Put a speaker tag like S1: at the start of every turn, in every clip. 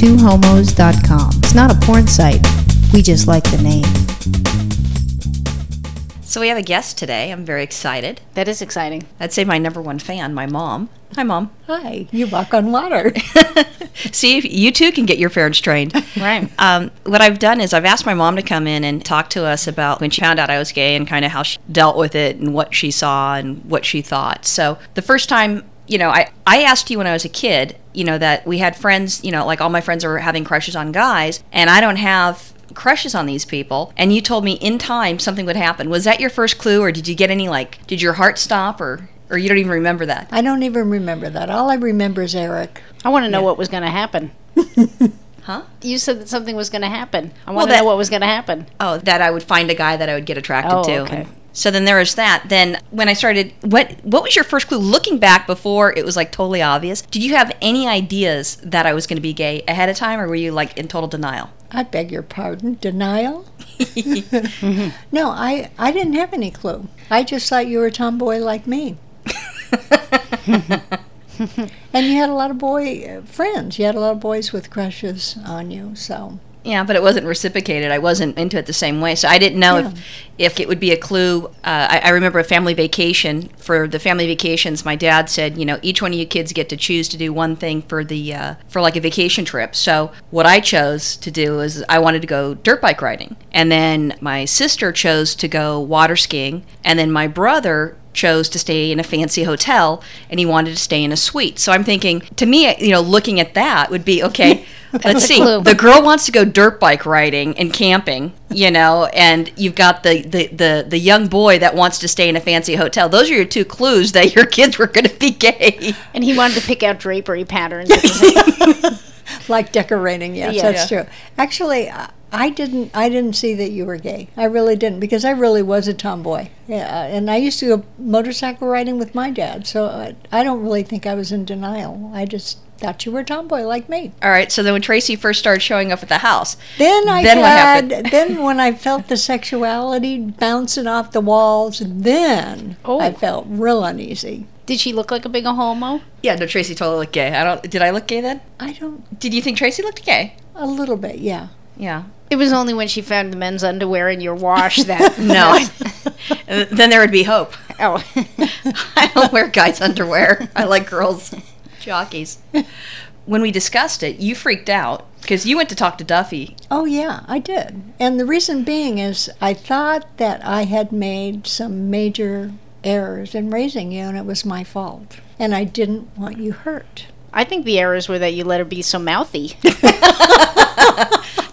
S1: twohomos.com. It's not a porn site. We just like the name.
S2: So we have a guest today. I'm very excited.
S1: That is exciting.
S2: I'd say my number one fan, my mom. Hi, mom.
S3: Hi, you walk on water.
S2: See, if you too can get your parents trained.
S1: Right.
S2: Um, what I've done is I've asked my mom to come in and talk to us about when she found out I was gay and kind of how she dealt with it and what she saw and what she thought. So the first time, you know, I, I asked you when I was a kid, you know, that we had friends, you know, like all my friends are having crushes on guys, and I don't have crushes on these people and you told me in time something would happen was that your first clue or did you get any like did your heart stop or or you don't even remember that
S3: I don't even remember that. All I remember is Eric.
S4: I want to know what was going to happen.
S2: Huh?
S4: You said that something was going to happen. I
S2: Well,
S4: want to
S2: that-
S4: know what was going to happen.
S2: oh that i would find a guy that i would get attracted
S4: Oh,
S2: to
S4: okay.
S2: And so then there was that then when i started what what was your first clue looking back before it was like totally obvious did you have any ideas that i was going to be gay ahead of time or were you like in total denial
S3: I beg your pardon. Denial? no, I, I didn't have any clue. I just thought you were a tomboy like me. and you had a lot of boy uh, friends. You had a lot of boys with crushes on you. So
S2: yeah but it wasn't reciprocated i wasn't into it the same way so i didn't know if if it would be a clue uh, I, I remember a family vacation for the family vacations my dad said you know each one of you kids get to choose to do one thing for the uh, for like a vacation trip so what i chose to do is i wanted to go dirt bike riding and then my sister chose to go water skiing and then my brother chose to stay in a fancy hotel and he wanted to stay in a suite so i'm thinking to me you know looking at that would be okay let's see
S4: clue.
S2: the girl wants to go dirt bike riding and camping, you know, and you've got the, the, the, the young boy that wants to stay in a fancy hotel. Those are your two clues that your kids were going to be gay.
S4: And he wanted to pick out drapery patterns. It was like,
S3: like decorating yes
S4: Yeah.
S3: that's true actually I- i didn't i didn't see that you were gay i really didn't because i really was a tomboy yeah and i used to go motorcycle riding with my dad so i, I don't really think i was in denial i just thought you were a tomboy like me
S2: All right, so then when Tracy first started showing up at the house,
S3: then i
S2: Then what
S3: had
S2: happened?
S3: then when i felt the sexuality bouncing off the walls then i
S4: Oh.
S3: felt real uneasy
S4: did she look like a big homo?
S2: yeah, no, Tracy totally looked gay. I don't. Did I look gay then?
S3: i don't
S2: Did you think Tracy looked gay?
S3: a little bit yeah
S2: Yeah.
S4: It was only when she found the men's underwear in your wash that.
S2: No. Uh, then there would be hope.
S4: oh.
S2: I don't wear guys' underwear. I like girls' jockeys. When we discussed it, you freaked out because you went to talk to Duffy.
S3: Oh, yeah, I did. And the reason being is I thought that I had made some major errors in raising you, and it was my fault. And I didn't want you hurt.
S4: I think the errors were that you let her be so mouthy.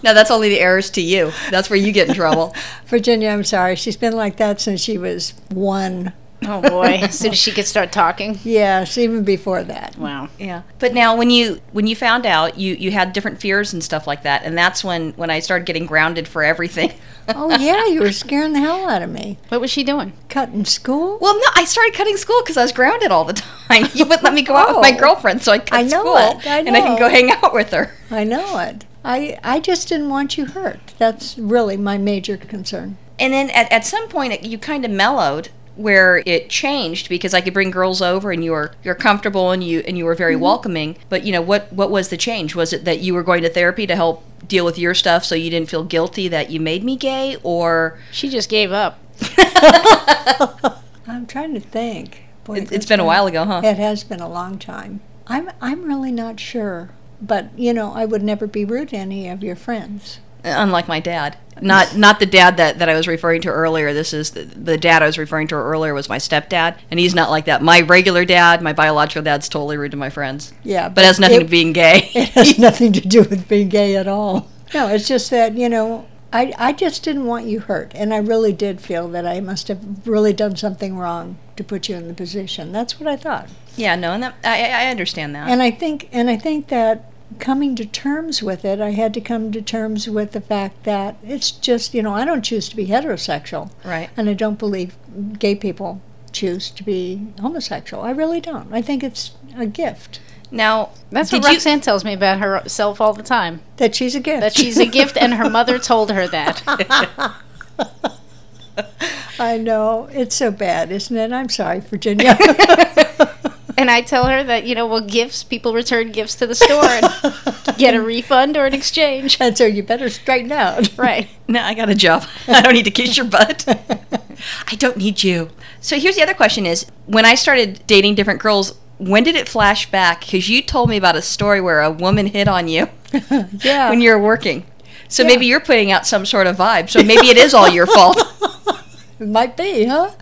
S2: No, that's only the errors to you. That's where you get in trouble.
S3: Virginia, I'm sorry. She's been like that since she was one.
S4: Oh boy! As soon as she could start talking.
S3: Yes, even before that.
S4: Wow.
S2: Yeah. But now when you when you found out you you had different fears and stuff like that and that's when when I started getting grounded for everything.
S3: Oh, yeah, you were scaring the hell out of me.
S4: What was she doing?
S3: Cutting school?
S2: Well, no, I started cutting school cuz I was grounded all the time. You wouldn't let me go out with my
S3: Oh.
S2: girlfriend, so I cut
S3: I know
S2: school
S3: it. I
S2: and I can
S3: know.
S2: go hang out with her.
S3: I know it. I, I just didn't want you hurt. That's really my major concern.
S2: And then at, at some point it, you kind of mellowed where it changed because I could bring girls over and you were you're comfortable and you and you were very
S3: Mm-hmm.
S2: welcoming. But you know what what was the change? Was it that you were going to therapy to help deal with your stuff so you didn't feel guilty that you made me gay or
S4: She just gave up.
S3: I'm trying to think. Boy,
S2: it,
S3: that's
S2: it's been a while ago, huh?
S3: It has been a long time. I'm I'm really not sure, but you know, I would never be rude to any of your friends.
S2: unlike my dad not not the dad that, that i was referring to earlier this is the, the dad i was referring to earlier was my stepdad and he's not like that my regular dad my biological dad's totally rude to my friends
S3: Yeah,
S2: but it has nothing
S3: it-
S2: to being gay
S3: It has nothing to do with being gay at all. No, it's just that you know, I I just didn't want you hurt, and I really did feel that I must have really done something wrong to put you in the position. That's what I thought,
S2: yeah no and that, I, I- I understand that
S3: and I think and I think that coming to terms with it, I had to come to terms with the fact that it's just you know, I don't choose to be heterosexual.
S2: right
S3: And I don't believe gay people choose to be homosexual. I really don't. I think it's a gift.
S2: now
S4: That's
S2: did
S4: what
S2: you-
S4: Roxanne tells me about herself all the time.
S3: That she's a gift.
S4: That she's a gift, and her mother told her that.
S3: I know. It's so bad, isn't it? I'm sorry, Virginia.
S4: and I tell her that you know, well, gifts people return gifts to the store and get a refund or an exchange.
S3: And so you better straighten out.
S4: Right.
S2: No, I got a job. I don't need to kiss your butt. I don't need you. So here's the other question is when I started dating different girls, when did it flash back? Because you told me about a story where a woman hit on you
S4: Oh.
S3: Yeah.
S2: when you were working. So maybe you're putting out some sort of vibe. So maybe it is all your fault.
S3: It might be, huh?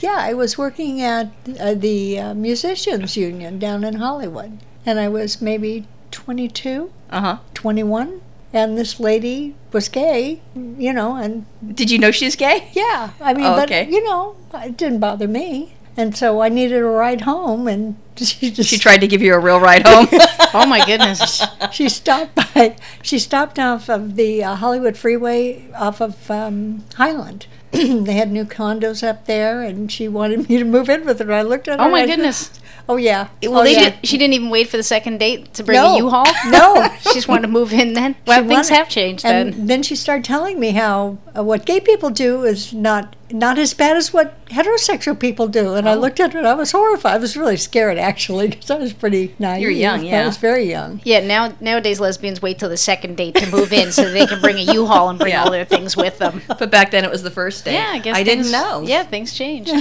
S3: Yeah, I was working at uh, the uh, Musicians Union down in Hollywood, and I was maybe 22,
S2: Uh huh.
S3: 21, and this lady was gay, you know, and
S2: Did you know she's gay?
S3: yeah, I mean,
S2: Oh,
S3: but
S2: okay.
S3: you know, it didn't bother me, and so I needed a ride home, and she just
S2: She tried to give you a real ride home.
S4: Oh my goodness.
S3: she stopped by. She stopped off of the uh, Hollywood Freeway off of um, Highland. they had new condos up there, and she wanted me to move in with her. I looked at her.
S4: Oh my
S3: I just-
S4: goodness.
S3: oh yeah.
S2: Well,
S3: oh,
S2: they
S3: yeah.
S2: did-
S4: She didn't even wait for the second date to bring
S3: No.
S4: a U-Haul.
S3: No.
S4: she just wanted to move in then. Well,
S3: She
S4: things
S3: wanted-
S4: have changed
S3: And
S4: then.
S3: then. she started telling me how uh, what gay people do is not not as bad as what heterosexual people do. And I looked at her. and I was horrified. I was really scared actually because I was pretty naive.
S2: young,
S3: I
S2: yeah.
S3: was very young.
S4: Yeah, now nowadays lesbians wait till the second date to move in so they can bring a U-Haul and bring
S2: Yeah.
S4: all their things with them.
S2: but back then it was the first date.
S4: Yeah, I guess
S2: I didn't
S4: things-
S2: know.
S4: Yeah, things changed.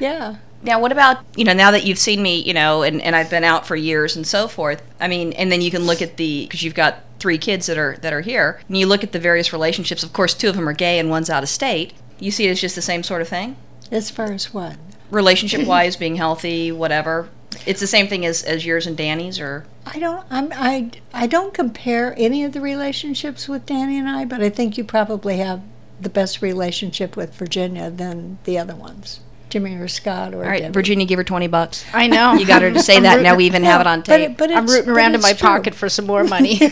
S3: Yeah.
S2: Now, what about, you know, now that you've seen me, you know, and, and I've been out for years and so forth, I mean, and then you can look at the, because you've got three kids that are, that are here, and you look at the various relationships, of course, two of them are gay and one's out of state. You see it as just the same sort of thing?
S3: As far as what?
S2: Relationship wise, being healthy, whatever. It's the same thing as, as yours and Danny's, or
S3: I don't. I'm. I. I don't compare any of the relationships with Danny and I, but I think you probably have the best relationship with Virginia than the other ones, Jimmy or Scott or.
S2: all right.
S3: Debbie.
S2: Virginia, give her twenty bucks.
S4: I know.
S2: You got her to say
S4: I'm
S2: that.
S4: rooting-
S2: Now we even have it on
S3: But
S2: tape.
S3: it- but
S4: I'm
S3: it's-
S4: rooting
S3: but
S4: around in
S3: it's
S4: my
S3: true.
S4: pocket for some more money. I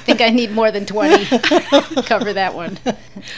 S4: think I need more than 20 cover that one.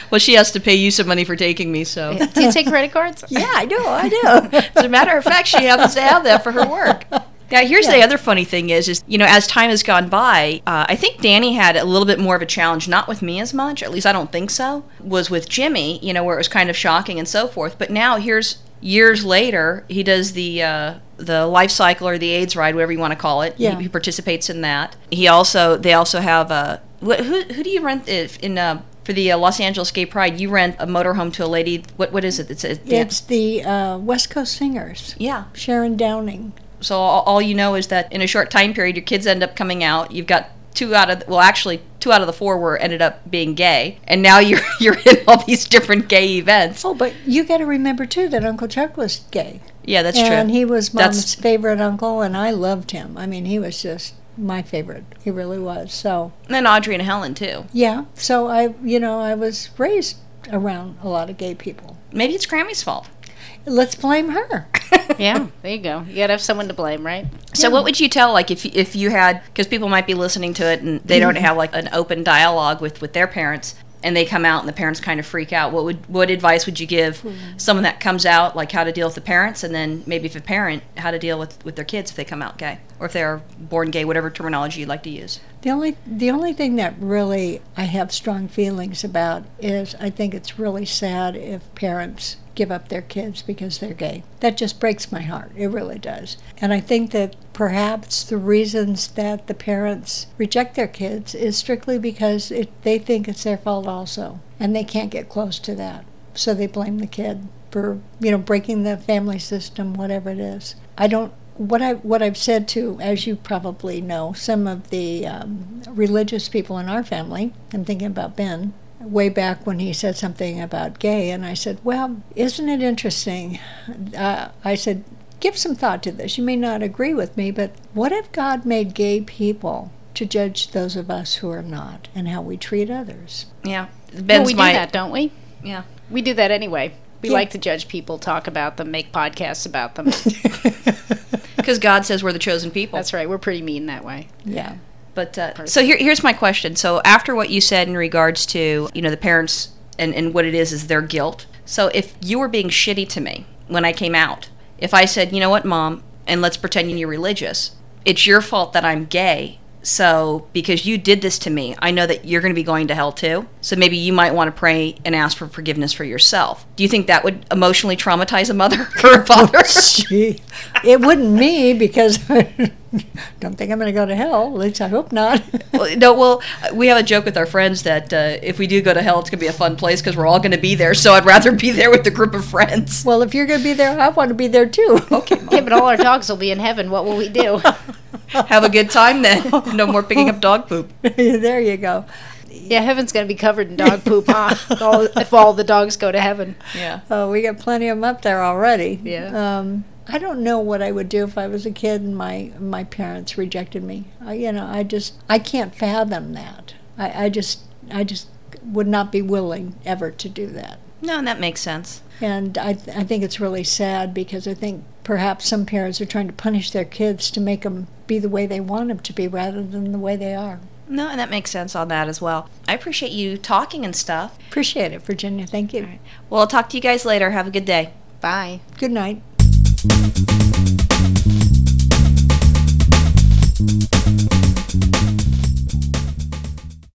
S2: well, she has to pay you some money for taking me, so.
S4: Do you take credit cards?
S3: Yeah, I know. I know.
S2: As a matter of fact, she happens to have that for her work. Now, here's the other funny thing is, is you know, as time has gone by, uh, I think Danny had a little bit more of a challenge, not with me as much, at least I don't think so, was with Jimmy, you know, where it was kind of shocking and so forth. But now, here's years later, he does the uh, the life cycle or the AIDS ride, whatever you want to call it. He-
S3: Yeah.
S2: He, participates in that. He also they also have a wh- who who do you rent if in uh, for the uh, Los Angeles Gay Pride? You rent a motorhome to a lady. What what is it? It's a,
S3: it's the uh, West Coast Singers,
S2: yeah.
S3: Sharon Downing.
S2: So all, all you know is that in a short time period, your kids end up coming out. You've got two out of well, actually two out of the four were ended up being gay, and now you're you're in all these different gay events.
S3: Oh, but you got to remember too that Uncle Chuck was gay,
S2: Yeah, that's
S3: and
S2: true.
S3: he was
S2: That's-
S3: mom's favorite uncle, and I loved him. I mean, he was just my favorite. He really was. So.
S2: and then Audrey and Helen too.
S3: Yeah. So I, you know, I was raised around a lot of gay people.
S2: Maybe it's Grammy's fault.
S3: Let's blame her.
S4: Yeah, there you go. You got to have someone to blame, right?
S2: So what would you tell like if if you had because people might be listening to it and they don't
S4: Mm-hmm.
S2: have like an open dialogue with with their parents and they come out and the parents kind of freak out. What would what advice would you give
S4: Hmm.
S2: someone that comes out like how to deal with the parents and then maybe if a parent how to deal with with their kids if they come out gay or if they're born gay whatever terminology you'd like to use.
S3: The only the only thing that really I have strong feelings about is I think it's really sad if parents give up their kids because they're gay. That just breaks my heart. It really does. And I think that perhaps the reasons that the parents reject their kids is strictly because it, they think it's their fault also and they can't get close to that. So they blame the kid for, you know, breaking the family system whatever it is. I don't what I what I've said to, as you probably know, some of the um, religious people in our family. I'm thinking about Ben way back when he said something about gay, and I said, "Well, isn't it interesting?" Uh, I said, "Give some thought to this. You may not agree with me, but what if God made gay people to judge those of us who are not, and how we treat others?"
S2: Yeah.
S4: Well,
S2: Ben's
S4: we do
S2: my
S4: that, don't we?
S2: yeah.
S4: We do that anyway. We
S3: Yeah.
S4: like to judge people, talk about them, make podcasts about them.
S2: Cuz God says we're the chosen people.
S4: That's right. We're pretty mean that way.
S3: Yeah.
S2: But uh, so here, here's my question. So after what you said in regards to you know the parents and and what it is is their guilt. So if you were being shitty to me when I came out, if I said you know what mom and let's pretend you're religious, it's your fault that I'm gay. So, because you did this to me, I know that you're going to be going to hell too. So maybe you might want to pray and ask for forgiveness for yourself. Do you think that would emotionally traumatize a mother or a father?
S3: Gee, it wouldn't me because don't think I'm going to go to hell. At least I hope not.
S2: Well, no, well, we have a joke with our friends that uh, if we do go to hell, it's going to be a fun place because we're all going to be there. So I'd rather be there with a group of friends.
S3: well, if you're going to be there, I want to be there too.
S2: Okay,
S4: Yeah, but all our dogs will be in heaven. What will we do?
S2: have a good time then. No more picking up dog poop.
S3: there you go.
S4: Yeah, heaven's gonna be covered in dog poop, huh? All, if all the dogs go to heaven.
S2: Yeah.
S3: Oh, we got plenty of them up there already.
S4: Yeah.
S3: Um, I don't know what I would do if I was a kid and my my parents rejected me. I, you know, I just I can't fathom that. I, I just I just would not be willing ever to do that.
S2: No, and that makes sense.
S3: And I th- I think it's really sad because I think perhaps some parents are trying to punish their kids to make them be the way they want them to be rather than the way they are.
S2: No, and that makes sense on that as well. I appreciate you talking and stuff.
S3: Appreciate it, Virginia. Thank you.
S2: Well, I'll talk to you guys later. Have a good day.
S4: Bye.
S3: Good night.